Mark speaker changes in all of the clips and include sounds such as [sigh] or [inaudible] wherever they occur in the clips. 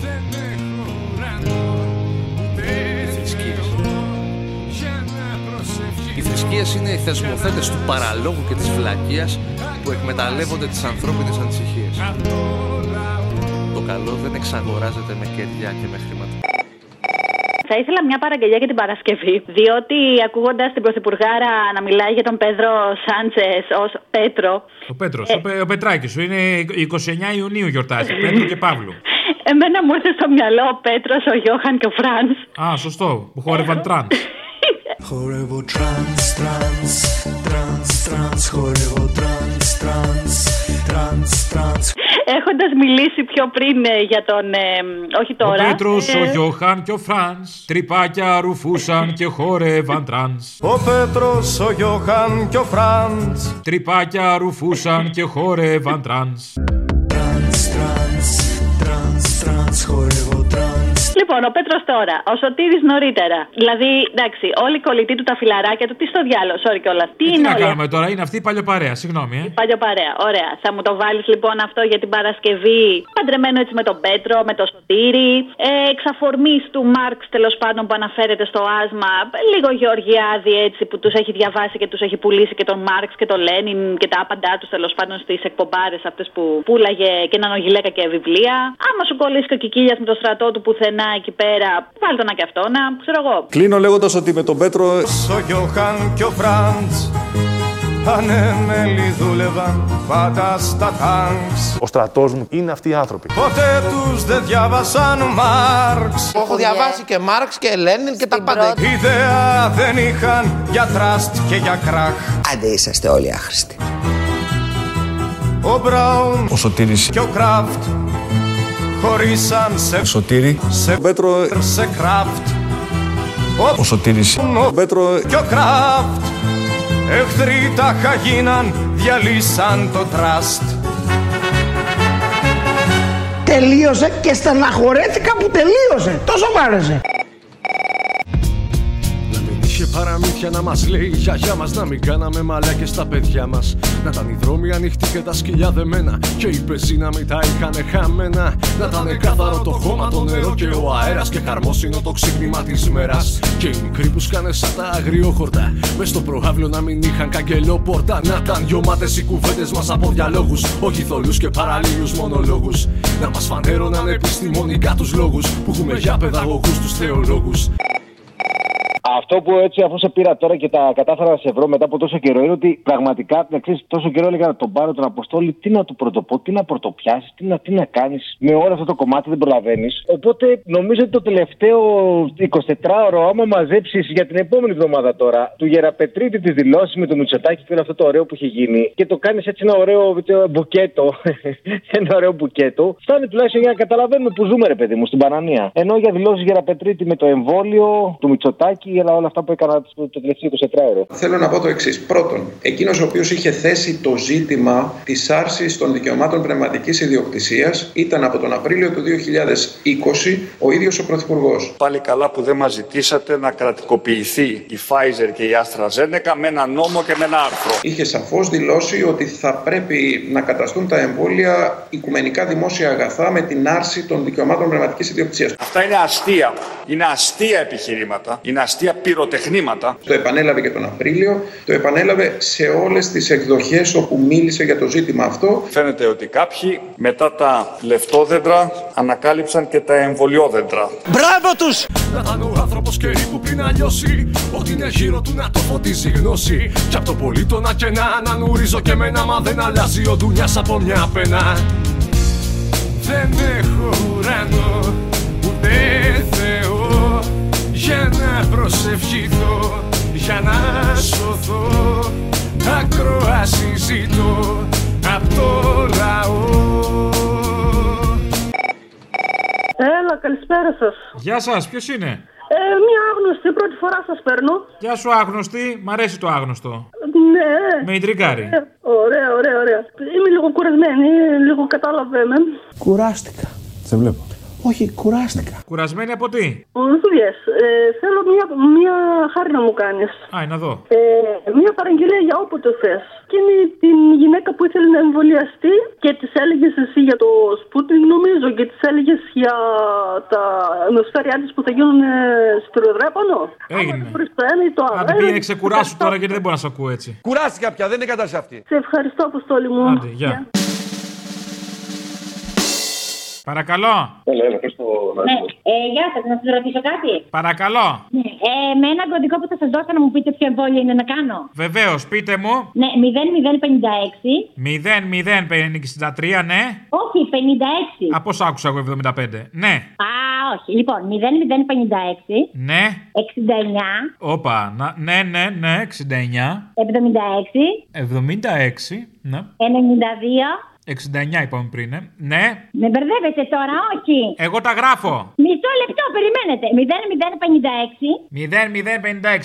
Speaker 1: Δεν έχω ουρανό, ούτε
Speaker 2: Θρησκείες.
Speaker 1: θεό, για να προσευχηθώ.
Speaker 2: Οι θρησκείες είναι οι θεσμοθέτες του παραλόγου και της βλακεία που εκμεταλλεύονται τις ανθρώπινες ανησυχίες. Το καλό δεν εξαγοράζεται με κέρδια και με χρήματα.
Speaker 3: Θα ήθελα μια παραγγελιά για την Παρασκευή. Διότι ακούγοντας την Πρωθυπουργάρα να μιλάει για τον Πέδρο Σάντσες ως Πέτρο,
Speaker 4: Ο Πέτρος,
Speaker 1: Ε.
Speaker 4: ο, Πε- Ε, ο Πετράκης σου είναι 29 Ιουνίου γιορτάζει. Πέτρο και Παύλου.
Speaker 3: εμένα μου ήρθε στο μυαλό ο Πέτρος, ο Γιώχαν και ο Φραν.
Speaker 4: Α, σωστό. Που
Speaker 3: Ε,
Speaker 4: χόρευαν τραν.
Speaker 5: Χορεύω τρανς, τρανς, τρανς, τρανς, χορεύω τρανς, τρανς, τρανς, τρανς.
Speaker 3: Έχοντας μιλήσει πιο πριν ε, για τον. ε, μ, όχι
Speaker 4: Ο
Speaker 3: τώρα.
Speaker 4: Πέτρος,
Speaker 3: ε,
Speaker 4: ο Γιώχαν και ο Φραν. Τρυπάκια ρουφούσαν και χόρευαν τραν.
Speaker 6: Ο Πέτρος, ο Γιώχαν και ο Φραντς
Speaker 4: Τρυπάκια ρουφούσαν και χόρευαν τραν.
Speaker 5: Τρανς, τρανς, τρανς, τρανς, χορεύω τρανς.
Speaker 3: Λοιπόν, ο Πέτρος τώρα, ο Σωτήρης νωρίτερα. Δηλαδή, εντάξει, όλοι οι κολλητοί του τα φιλαράκια του, τι στο διάλογο, sorry κιόλας. Τι
Speaker 4: Ε, Τι
Speaker 3: είναι
Speaker 4: να
Speaker 3: όλα
Speaker 4: κάνουμε τώρα, είναι αυτή η παλιοπαρέα. Συγγνώμη, ε.
Speaker 3: Παλιό παρέα, ωραία. Θα μου το βάλεις λοιπόν αυτό για την Παρασκευή. Παντρεμένο έτσι με τον Πέτρο, με το Σωτήρι. Ε, εξαφορμής του Μάρξ τέλος πάντων που αναφέρεται στο άσμα. Λίγο Γεωργιάδη έτσι που τους έχει διαβάσει και τους έχει πουλήσει και τον Μάρξ και τον Λένιν και τα άπαντά τους τέλος πάντων στις εκπομπάρες αυτές που πουλάγε και έναν ογιλέκα και βιβλία. Άμα σου κολλήσει και ο Κικίλιας με το στρατό του πουθενά εκεί πέρα, βάλ τον να και αυτό να ξέρω εγώ.
Speaker 7: Κλείνω λέγοντας ότι με τον Πέτρο
Speaker 6: Ο Γιώχαν και ο Φραντς Ανέμελοι δούλευαν πάντα στα τάγκς
Speaker 7: ο στρατός μου είναι αυτοί οι άνθρωποι.
Speaker 6: Ποτέ τους δεν διάβασαν Μάρξ
Speaker 8: Έχω διαβάσει και Μάρξ και Λένιν και τα πάντα.
Speaker 6: Ιδέα δεν είχαν για τραστ και για κράχ
Speaker 9: Άντε είσαστε όλοι άχρηστοι.
Speaker 6: Ο Μπράουν
Speaker 7: Ο Σωτήρης.
Speaker 6: και ο Κράφτ Χωρίσαν σε
Speaker 7: Σωτήρη.
Speaker 6: σε
Speaker 7: Ο Πέτρο.
Speaker 6: σε κράφτ
Speaker 7: Ο Σωτήρης. Ο Πέτρο.
Speaker 6: και ο Κράφτ Εχθροί τα χαγίναν, διαλύσαν το τραστ
Speaker 9: Τελείωσε και στεναχωρέθηκα που τελείωσε. Τόσο μ' άρεσε.
Speaker 10: Να μην είχε παραμύθια να μας λέει η γιαγιά μας Να μην κάναμε μαλάκες στα παιδιά μας Να ήταν οι δρόμοι ανοιχτοί και τα σκυλιά δεμένα Και η πεζίνα μην τα είχαν χαμένα Να ήταν καθαρό το χώμα, το νερό και ο αέρας Και χαρμόσυνο το ξύπνημα της μέρας Και οι μικροί που σκάνε σαν τα αγριόχορτα Μες στο προάβλιο να μην είχαν καγκελόπορτα Να ήταν γιωμάτες οι κουβέντες μας από διαλόγους Όχι θολούς και παραλλήλους μονολόγους Να μας φανέρωναν επιστημονικά τους λόγους Που έχουμε για παιδαγωγούς τους θεολόγους
Speaker 11: Αυτό που έτσι, αφού σε πήρα τώρα και τα κατάφερα να σε βρω μετά από τόσο καιρό, είναι ότι πραγματικά την εξή τόσο καιρό έλεγα να τον πάρω τον Αποστόλη, τι να του πρωτοπώ, τι να πρωτοπιάσεις, τι να, τι να κάνεις. Με όλο αυτό το κομμάτι δεν προλαβαίνεις. Οπότε νομίζω ότι το τελευταίο 24ωρο, άμα μαζέψεις για την επόμενη εβδομάδα τώρα, του Γεραπετρίτη τη δηλώσει με τον Μητσοτάκη και όλο αυτό το ωραίο που έχει γίνει και το κάνεις έτσι ένα ωραίο βίντεο μπουκέτο. ένα ωραίο μπουκέτο. Φτάνει τουλάχιστον για να καταλαβαίνουμε που ζούμε, ρε παιδί μου, στην Πανανία. Ενώ για δηλώσεις Γεραπετρίτη με το εμβόλιο, του Μητσοτάκη, αλλά όλα αυτά που έκανα το το τελευταίο 24ωρο.
Speaker 10: Θέλω να πω το εξής. Πρώτον, εκείνος ο οποίος είχε θέσει το ζήτημα της άρσης των δικαιωμάτων πνευματικής ιδιοκτησίας ήταν από τον Απρίλιο του 2020 ο ίδιος ο Πρωθυπουργός.
Speaker 7: Πάλι καλά που δεν μας ζητήσατε να κρατικοποιηθεί η Pfizer και η AstraZeneca με ένα νόμο και με ένα άρθρο.
Speaker 10: Είχε σαφώς δηλώσει ότι θα πρέπει να καταστούν τα εμβόλια οικουμενικά δημόσια αγαθά με την άρση των δικαιωμάτων πνευματικής ιδιοκτησίας.
Speaker 7: Αυτά είναι αστεία. Είναι αστεία επιχειρήματα. Είναι αστεία πυροτεχνήματα.
Speaker 10: Το επανέλαβε και τον Απρίλιο, το επανέλαβε σε όλες τις εκδοχές όπου μίλησε για το ζήτημα αυτό
Speaker 7: Φαίνεται ότι κάποιοι μετά τα λεφτόδεντρα ανακάλυψαν και τα εμβολιόδεντρα.
Speaker 9: Μπράβο τους!
Speaker 10: Να ήταν ο άνθρωπος καιρή που πει να λιώσει. Ότι είναι γύρω του να το φωτίζει η γνώση. Κι από το πολίτονα και να ανανουρίζω και μένα. Μα δεν αλλάζει ο δουλειά από μια πένα.
Speaker 1: Δεν έχω ουρανό, ούτε θεό Για να προσευχηθώ, για να σωθώ Ακρόαση ζητώ απ' το λαό
Speaker 3: Έλα, καλησπέρα σας.
Speaker 4: Γεια σας, ποιος είναι.
Speaker 3: Ε, μια άγνωστη, πρώτη φορά σας παίρνω.
Speaker 4: Γεια σου, άγνωστη. Μ' αρέσει το άγνωστο.
Speaker 3: Ναι.
Speaker 4: Με ιντριγκάρει.
Speaker 3: Ωραία, ωραία, ωραία. Είμαι λίγο κουρασμένη, λίγο κατάλαβε με.
Speaker 9: Κουράστηκα.
Speaker 7: Σε βλέπω.
Speaker 9: Όχι, κουράστηκα.
Speaker 4: Κουρασμένη από τι.
Speaker 12: Δουλειέ. Ε, θέλω μία, μία χάρη να μου κάνεις.
Speaker 4: Α, να δω.
Speaker 12: Ε, μία παραγγελία για όποτε θες. Και είναι την γυναίκα που ήθελε να εμβολιαστεί και της έλεγες εσύ για το Sputnik, νομίζω, και της έλεγες για τα νοσφαίρια της που θα γίνουν ε, στην Ροδρέπανο.
Speaker 4: Έγινε.
Speaker 12: Χωρί το ένα ή το άλλο.
Speaker 4: Αν την πήγαινε
Speaker 12: Ε,
Speaker 4: ξεκουράσου τώρα γιατί δεν μπορώ να σε ακούω έτσι.
Speaker 6: Κουράστηκα πια, δεν είναι κατάσταση αυτή.
Speaker 12: Σε ευχαριστώ, Αποστόλη μου.
Speaker 4: Άντε, γεια. Παρακαλώ.
Speaker 13: Ναι. Ε, γεια σας, να σας ρωτήσω κάτι.
Speaker 4: Παρακαλώ.
Speaker 13: Ναι. Ε, με ένα κωδικό που θα σας δώσω να μου πείτε ποιο εμβόλιο είναι να κάνω.
Speaker 4: Βεβαίως, πείτε μου.
Speaker 13: Ναι, 0056.
Speaker 4: 0063, ναι.
Speaker 13: Όχι, 56.
Speaker 4: Α, πώ άκουσα εγώ 75. Ναι,
Speaker 13: Α, όχι. Λοιπόν, 0056.
Speaker 4: ναι.
Speaker 13: 69.
Speaker 4: Όπα, να- ναι, ναι, ναι, 69.
Speaker 13: 76.
Speaker 4: 76, ναι.
Speaker 13: 92.
Speaker 4: 69 είπαμε πριν, ε. ναι.
Speaker 13: Με μπερδεύετε τώρα, όχι.
Speaker 4: Εγώ τα γράφω.
Speaker 13: Μισό λεπτό, περιμένετε. 0056.
Speaker 4: 0056,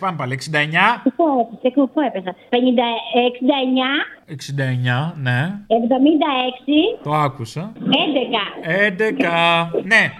Speaker 4: πάμε πάλι. 69.
Speaker 13: Πού έπεσε, πού έπεσα. 50, 69.
Speaker 4: 69, ναι.
Speaker 13: 76.
Speaker 4: Το άκουσα.
Speaker 13: 11.
Speaker 4: 11. Ναι.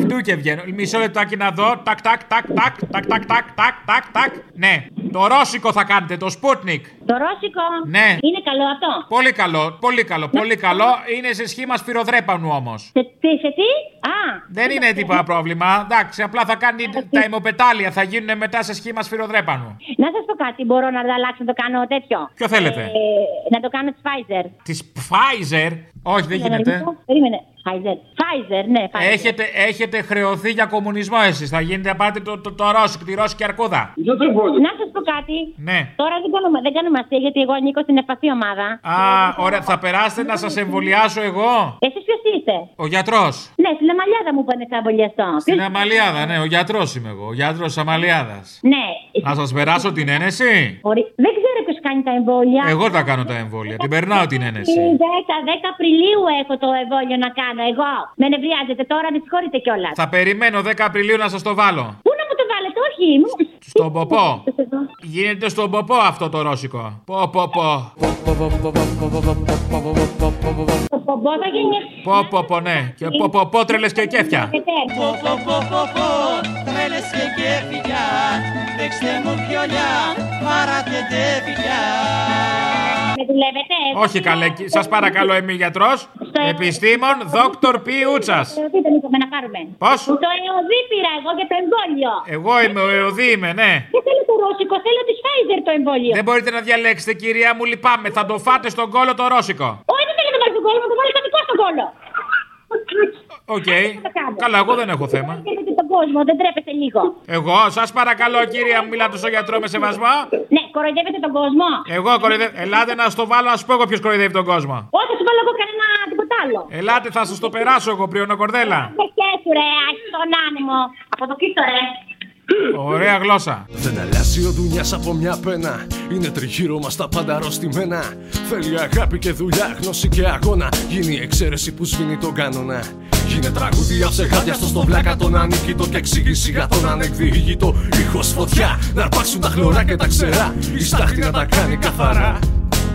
Speaker 4: Φτού και βγαίνω. Μισό λεπτάκι να δω. Τακ, τακ, τακ, τακ, τακ, τακ, τακ, τακ, τακ, τακ. Ναι. Το ρώσικο θα κάνετε, το Sputnik.
Speaker 13: Το ρώσικο.
Speaker 4: Ναι.
Speaker 13: Είναι καλό αυτό.
Speaker 4: Πολύ καλό, πολύ καλό, πολύ καλό. Είναι σε σχήμα σφυροδρέπανου όμως.
Speaker 13: Σε τι, σε τι? Α,
Speaker 4: Δεν είναι τίποτα πρόβλημα. Εντάξει, απλά θα κάνει τα ημοπετάλια, θα γίνουν μετά σε σχήμα σφυροδρέπανου.
Speaker 13: να σας πω κάτι. Μπορώ να το αλλάξω, να το κάνω τέτοιο.
Speaker 4: Ποιο θέλετε?
Speaker 13: Ε, να το κάνω της Pfizer.
Speaker 4: Της Pfizer. Όχι, δεν γίνεται.
Speaker 13: Περίμενε. Pfizer. Pfizer, ναι, Pfizer.
Speaker 4: Έχετε, έχετε χρεωθεί για κομμουνισμό εσείς. Θα γίνετε να πάρετε το, το, το Ρώσικο, τη Ρώσικη αρκούδα.
Speaker 13: Λοιπόν, Να σας πω κάτι.
Speaker 4: Ναι.
Speaker 13: Τώρα δεν κάνουμε, δεν κάνουμε αστεία γιατί εγώ ανήκω στην ευπαθή ομάδα.
Speaker 4: Α, ωραία, θα περάσετε να σα εμβολιάσω εγώ.
Speaker 13: Εσείς ποιος είστε.
Speaker 4: Ο γιατρός.
Speaker 13: Ναι, στην Αμαλιάδα μου πάνε θα εμβολιαστώ.
Speaker 4: Στην
Speaker 13: Ποιος-
Speaker 4: Αμαλιάδα, ναι, ο γιατρός είμαι εγώ. Ο γιατρός της Αμαλιάδας.
Speaker 13: Ναι.
Speaker 4: Να σας περάσω την ένεση.
Speaker 13: Μπορεί- Δεν ξέρω ποιο κάνει τα εμβόλια.
Speaker 4: Εγώ τα κάνω τα εμβόλια. Την περνάω την ένεση.
Speaker 13: 10, 10 Απριλίου έχω το εμβόλιο να κάνω εγώ. Με νευριάζετε τώρα, με συγχωρείτε κιόλας.
Speaker 4: Θα περιμένω 10 Απριλίου να σας το βάλω.
Speaker 13: Πού να μου το βάλετε, όχι. Μου...
Speaker 4: Στον ποπό. Γίνεται στον ποπό αυτό το ρώσικο. Πο, πο, πο.
Speaker 13: Το πομπό θα γίνει.
Speaker 4: Πο, πο, πο, ναι. Και πο, πο, πο, τρελες και κέφια.
Speaker 5: Τρέλες και κέφια, παίξτε μου πιολιά, παράτε τέφια.
Speaker 13: Με δουλεύετε, ε.
Speaker 4: Όχι καλέ, σας παρακαλώ, ε, είμαι γιατρό. Επιστήμον, δόκτωρ Πιούτσα.
Speaker 13: Τι δεν είπαμε λοιπόν, να πάρουμε.
Speaker 4: Πώς?
Speaker 13: Το ΕΟΔΙ πήρα εγώ για το εμβόλιο.
Speaker 4: Εγώ είμαι ο Εωδή, είμαι, ναι.
Speaker 13: Δεν θέλω το ρώσικο, θέλω της Pfizer το εμβόλιο.
Speaker 4: Δεν μπορείτε να διαλέξετε, κυρία μου, λυπάμαι. Θα το φάτε στον κόλο το ρώσικο.
Speaker 13: Όχι, δεν θέλω να πάρει τον κόλλο, μου το βάλει καθηγό στον κόλλο.
Speaker 4: Οκ. Καλά, εγώ δεν έχω θέμα.
Speaker 13: Σκέφτεται τον κόσμο, δεν τρέπεστε λίγο.
Speaker 4: Εγώ, σας παρακαλώ, κυρία μου, μιλάτε στον γιατρό με σεβασμό.
Speaker 13: Ναι, κοροϊδεύετε τον κόσμο.
Speaker 4: Εγώ κοροϊδεύω. Ελάτε να στο βάλω, να σου πω εγώ ποιος κοροϊδεύει τον κόσμο.
Speaker 13: Όχι, θα σου βάλω εγώ κανένα τίποτα άλλο.
Speaker 4: Ελάτε, θα σας το περάσω εγώ, πριόνο κορδέλα.
Speaker 13: Δεν χέσου ρε, άχι τον άνεμο. Από το κοίτο ρε.
Speaker 4: Ωραία γλώσσα.
Speaker 10: Δεν αλλάζει ο δουλειά από μια πένα. Είναι τριγύρω μας τα πάντα αρρωστημένα. Θέλει αγάπη και δουλειά, γνώση και αγώνα. Γίνει η εξαίρεση που σβήνει τον κανόνα. Γίνε τραγούδια ψεγάδια στο στον πλάκα τον ανίκητο και εξήγηση για τον ανεκδιήγητο. Ήχος φωτιά να αρπάξουν τα χλωρά και τα ξερά. Η στάχτη να τα κάνει καθαρά.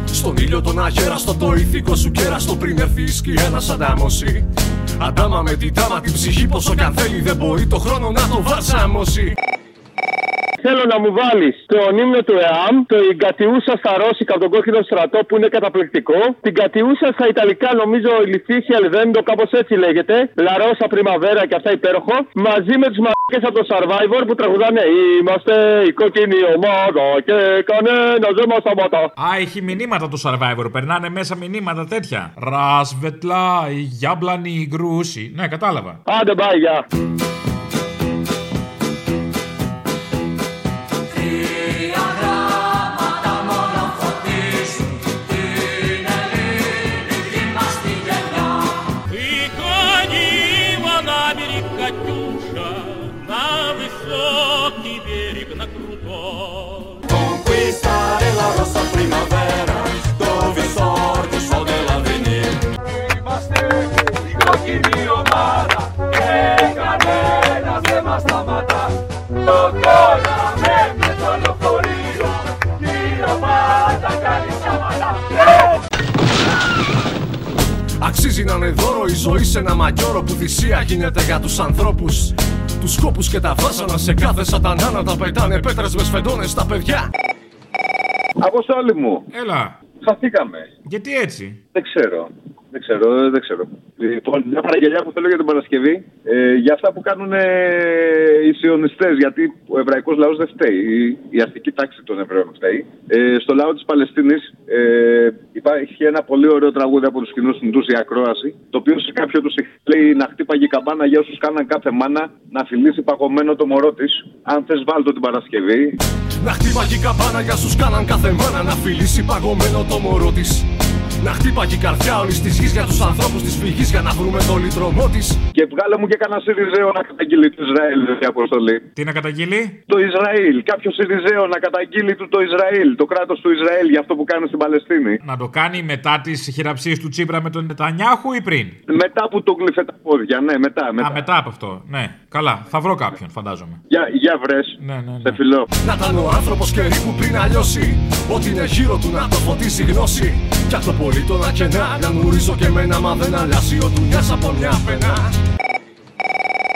Speaker 10: Στον ήλιο τον αγέρα, στο το ηθικό σου κέρα. Στο πριν έρθει η σκιά να σ' αντάμωσει. Αντάμα με την τάμα την ψυχή, πόσο κι αν θέλει δεν μπορεί το χρόνο να το βάζαμωσει.
Speaker 14: Θέλω να μου βάλεις τον ύμνο του ΕΑΜ, το Η Κατιούσα στα Ρώσικα από τον Κόκκινο Στρατό που είναι καταπληκτικό. Την Κατιούσα στα Ιταλικά, νομίζω η Λιθίχη Αλδέντο, κάπως έτσι λέγεται. Λαρόσα Πριμαβέρα και αυτά υπέροχο. Μαζί με τους μαρκέ από το Survivor που τραγουδάνε Είμαστε η κόκκινη ομάδα και κανένα δεν μα σταματά.
Speaker 4: Α, έχει μηνύματα το Survivor. Περνάνε μέσα μηνύματα τέτοια. Ρασβετλά, η γιάμπλανη, η γκρούση. Ναι, κατάλαβα.
Speaker 14: Άντε, πάει, γεια.
Speaker 5: Τρία γράμματα μόνο φωτίζουν την ελληνική μας τη γενιά. Η γονίμανα Κατιούша на высокий берег на крутой. Conquistare la rossa primavera, dove sorge della Είμαστε η κόκκινη ομάδα και κανένας δεν μας σταματά. Το κόλλαμε με το λεωφορείο, η ομάδα κάνει σαμάτα.
Speaker 10: Αξίζει να είναι δώρο η ζωή σε σε ένα μαγιόρο που θυσία γίνεται για τους ανθρώπους Τους σκόπους και τα βάζανα σε κάθε σατανά να τα πετάνε πέτρες με σφεντώνες στα παιδιά
Speaker 15: Αποστόλη μου.
Speaker 4: Έλα.
Speaker 15: Χαθήκαμε.
Speaker 4: Γιατί έτσι.
Speaker 15: Δεν ξέρω. Δεν ξέρω, δεν ξέρω. Λοιπόν, μια παραγγελιά που θέλω για την Παρασκευή. Ε, για αυτά που κάνουν ε, οι σιωνιστές, γιατί ο εβραϊκός λαός δεν φταίει. Η, η αστική τάξη των Εβραίων φταίει. Ε, στο λαό της Παλαιστίνης ε, υπάρχει ένα πολύ ωραίο τραγούδι από τους κοινούς συντού, η Ακρόαση, το οποίο σε κάποιον του λέει να χτύπαγε η καμπάνα για όσους κάναν κάθε μάνα να φιλήσει παγωμένο το μωρό της. Αν θες, βάλτο την Παρασκευή.
Speaker 10: Να χτύπαγε η καμπάνα για σου κάναν κάθε μάνα να φιλήσει παγωμένο το μωρό της. Να χτύπαγε η καρδιά όλης της γης για τους ανθρώπους της φυγής για να βρούμε το λιτρωμό της.
Speaker 15: Και βγάλε μου και κανένα Σιριζέο να καταγγείλει το Ισραήλ, ρε Αποστολή.
Speaker 4: Τι να καταγγείλει?
Speaker 15: Το Ισραήλ. Κάποιος Σιριζέο να καταγγείλει του το Ισραήλ, το κράτος του Ισραήλ για αυτό που κάνει στην Παλαιστίνη.
Speaker 4: Να το κάνει μετά τις χειραψίες του Τσίπρα με τον Νετανιάχου ή πριν.
Speaker 15: Μετά που τον κλειφέ τα πόδια, ναι, μετά. μετά.
Speaker 4: Α, μετά από αυτό. Ναι. Καλά. Θα βρω κάποιον, φαντάζομαι.
Speaker 15: Για, για βρες.
Speaker 4: Ναι, ναι, ναι.
Speaker 15: Σε φιλώ.
Speaker 10: Να ήταν ο άνθρωπος καιρή που πριν αλλιώσει. Ό,τι είναι γύρω του να το φωτίσει γνώση. Κι αυτό πολύ το να κενά. Να μουρίζω και εμένα, μα δεν αλλάζει ο δουλειά από μια πενά.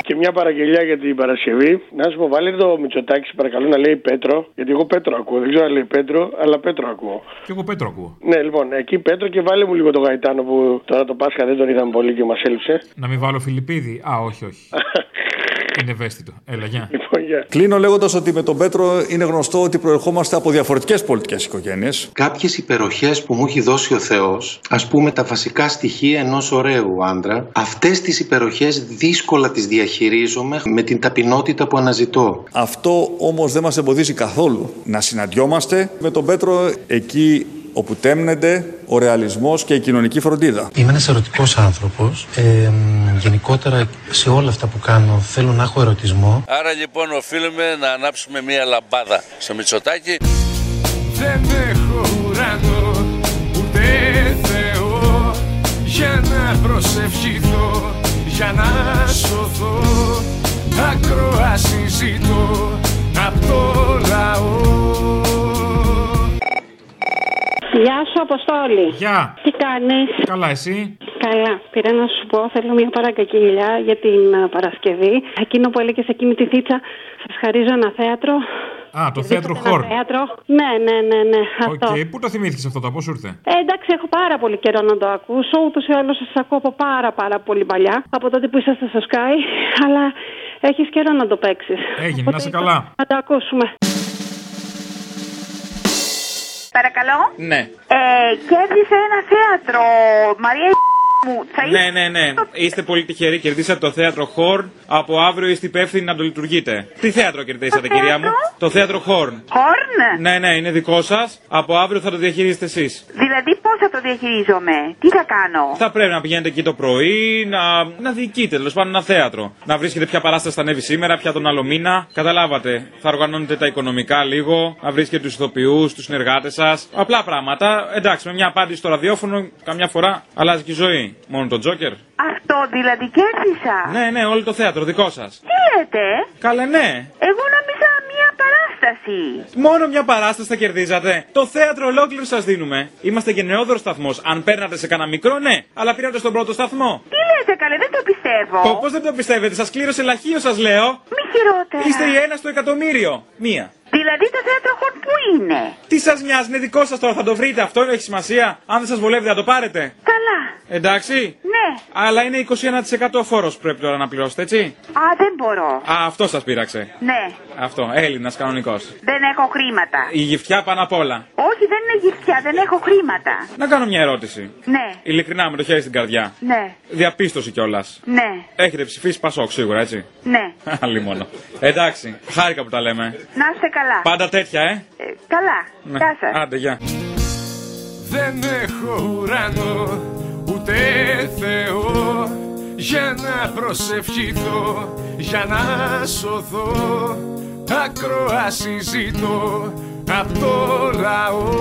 Speaker 16: Και μια παραγγελιά για την Παρασκευή. Να σου πω, βάλε το Μητσοτάκη, σε παρακαλώ, να λέει Πέτρο. Γιατί εγώ Πέτρο ακούω. Δεν ξέρω αν λέει Πέτρο, αλλά Πέτρο ακούω.
Speaker 4: Κι εγώ Πέτρο ακούω.
Speaker 16: Ναι, λοιπόν, εκεί Πέτρο και βάλε μου λίγο το Γαϊτάνο που τώρα το Πάσχα δεν τον είδαμε πολύ και μας έλειψε. [laughs]
Speaker 4: Να μην βάλω Φιλιππίδη. Α, όχι, όχι. Είναι ευαίσθητο. Έλα, γεια.
Speaker 16: Λοιπόν,
Speaker 17: Κλείνω λέγοντας ότι με τον Πέτρο είναι γνωστό ότι προερχόμαστε από διαφορετικές πολιτικές οικογένειες.
Speaker 18: Κάποιες υπεροχές που μου έχει δώσει ο Θεός, ας πούμε τα βασικά στοιχεία ενός ωραίου άντρα, αυτές τις υπεροχές δύσκολα τις διαχειρίζομαι με την ταπεινότητα που αναζητώ.
Speaker 17: Αυτό όμως δεν μας εμποδίζει καθόλου να συναντιόμαστε με τον Πέτρο εκεί όπου τέμνεται ο ρεαλισμός και η κοινωνική φροντίδα.
Speaker 19: Είμαι ένας ερωτικός άνθρωπος. Ε, μ, γενικότερα σε όλα αυτά που κάνω θέλω να έχω ερωτισμό.
Speaker 20: Άρα λοιπόν οφείλουμε να ανάψουμε μία λαμπάδα στο Μητσοτάκι.
Speaker 1: Δεν έχω ουρανό, ούτε Θεό Για να προσευχηθώ, για να σωθώ Ακρόαση ζητώ απ' το λαό
Speaker 21: Γεια σου, Αποστόλη.
Speaker 4: Γεια.
Speaker 21: Τι κάνεις.
Speaker 4: Καλά, εσύ.
Speaker 21: Καλά. Πήρα να σου πω, θέλω μια παραγγελιά για την α, Παρασκευή. Εκείνο που έλεγες εκείνη τη θήτσα, σας χαρίζω ένα θέατρο.
Speaker 4: Α, το θέατρο
Speaker 21: Δίθετε ένα
Speaker 4: χορ.
Speaker 21: Θέατρο. Ναι, ναι, ναι, ναι.
Speaker 4: Οκ,
Speaker 21: Αυτό.
Speaker 4: πού το θυμήθηκες αυτό το, πώς σου ήρθε.
Speaker 21: Ε, εντάξει, έχω πάρα πολύ καιρό να το ακούσω. Ούτως ή άλλως σας ακούω από πάρα, πάρα πολύ παλιά. Από τότε που είσαστε στο Sky. [laughs] Αλλά έχεις καιρό να το παίξεις.
Speaker 22: Ε.
Speaker 4: Έγινε, να σε καλά.
Speaker 21: Να το ακούσουμε.
Speaker 23: Παρακαλώ.
Speaker 22: Ναι.
Speaker 23: Ε, κέρδισε ένα θέατρο. Μαρία η μου. Θα
Speaker 22: Ναι, ναι, ναι. Είστε πολύ τυχεροί. Κερδίσατε το θέατρο Χορν. Από αύριο είστε υπεύθυνοι να το λειτουργείτε. Τι θέατρο κερδίσατε,
Speaker 23: Το
Speaker 22: κυρία μου.
Speaker 23: θέατρο?
Speaker 22: Το θέατρο Χορν.
Speaker 23: Χόρν.
Speaker 22: Ναι, ναι, είναι δικό σας. Από αύριο θα το διαχειρίζετε εσείς.
Speaker 23: Δηλαδή πώς θα το διαχειρίζομαι. Τι θα κάνω.
Speaker 22: Θα πρέπει να πηγαίνετε εκεί το πρωί, να, να διοικείτε τέλος πάντων ένα θέατρο. Να βρίσκετε ποια παράσταση θα ανέβει σήμερα, ποια τον άλλο μήνα. Καταλάβατε. Θα οργανώνετε τα οικονομικά λίγο, να βρίσκετε τους ηθοποιούς, τους συνεργάτες σας. Απλά πράγματα. Εντάξει, με μια απάντηση στο ραδιόφωνο, καμιά φορά αλλάζει και η ζωή. Μόνο τον Τζόκερ.
Speaker 23: Αυτό δηλαδή κέρδισα.
Speaker 22: Ναι, ναι, όλο το θέατρο δικό σας.
Speaker 23: Τι λέτε.
Speaker 22: Καλέ, ναι.
Speaker 23: Εγώ νόμιζα μία παράσταση.
Speaker 22: Μόνο μια παράσταση θα κερδίζατε. Το θέατρο ολόκληρο σας δίνουμε. Είμαστε γενναιόδωρο σταθμός. Αν παίρνατε σε κανένα μικρό, ναι. Αλλά πήρατε στον πρώτο σταθμό.
Speaker 23: Τι λέτε καλέ, δεν το πιστεύω.
Speaker 22: Πώ δεν το πιστεύετε, σας κλήρωσε λαχείο, σας λέω.
Speaker 23: Μη χειρότερα.
Speaker 22: Είστε η ένα στο εκατομμύριο. Μία.
Speaker 23: Δηλαδή το θέατρο χορ που είναι.
Speaker 22: Τι σας μοιάζει, είναι δικό σας τώρα, θα το βρείτε. Αυτό έχει σημασία. Αν δεν σας βολεύει, θα το πάρετε.
Speaker 23: Καλά.
Speaker 22: Εντάξει.
Speaker 23: Ναι.
Speaker 22: Αλλά είναι 21% φόρο πρέπει τώρα να πληρώσετε, έτσι.
Speaker 23: Α, δεν μπορώ.
Speaker 22: Α, αυτό σας πείραξε.
Speaker 23: Ναι.
Speaker 22: Αυτό, Έλληνας κανονικός.
Speaker 23: Δεν έχω χρήματα.
Speaker 22: Η γυφτιά πάνω απ' όλα.
Speaker 23: Όχι, δεν είναι γυφτιά, δεν έχω χρήματα.
Speaker 22: Να κάνω μια ερώτηση.
Speaker 23: Ναι.
Speaker 22: Ειλικρινά, με το χέρι στην καρδιά.
Speaker 23: Ναι.
Speaker 22: Διαπίστωση κιόλας.
Speaker 23: Ναι.
Speaker 22: Έχετε ψηφίσει Πασόκ σίγουρα, έτσι. [laughs]
Speaker 23: Ναι.
Speaker 22: Άλλη μόνο. Εντάξει, χάρηκα που τα λέμε.
Speaker 23: Να είστε καλά.
Speaker 22: Πάντα τέτοια, ε.
Speaker 23: Ε, καλά.
Speaker 22: Ναι.
Speaker 23: Γεια σας.
Speaker 22: Άντε, γεια.
Speaker 1: Δεν έχω ουρανό ούτε Θεό για να προσευχηθώ, για να σωθώ Ακρόαση ζητώ απ' το λαό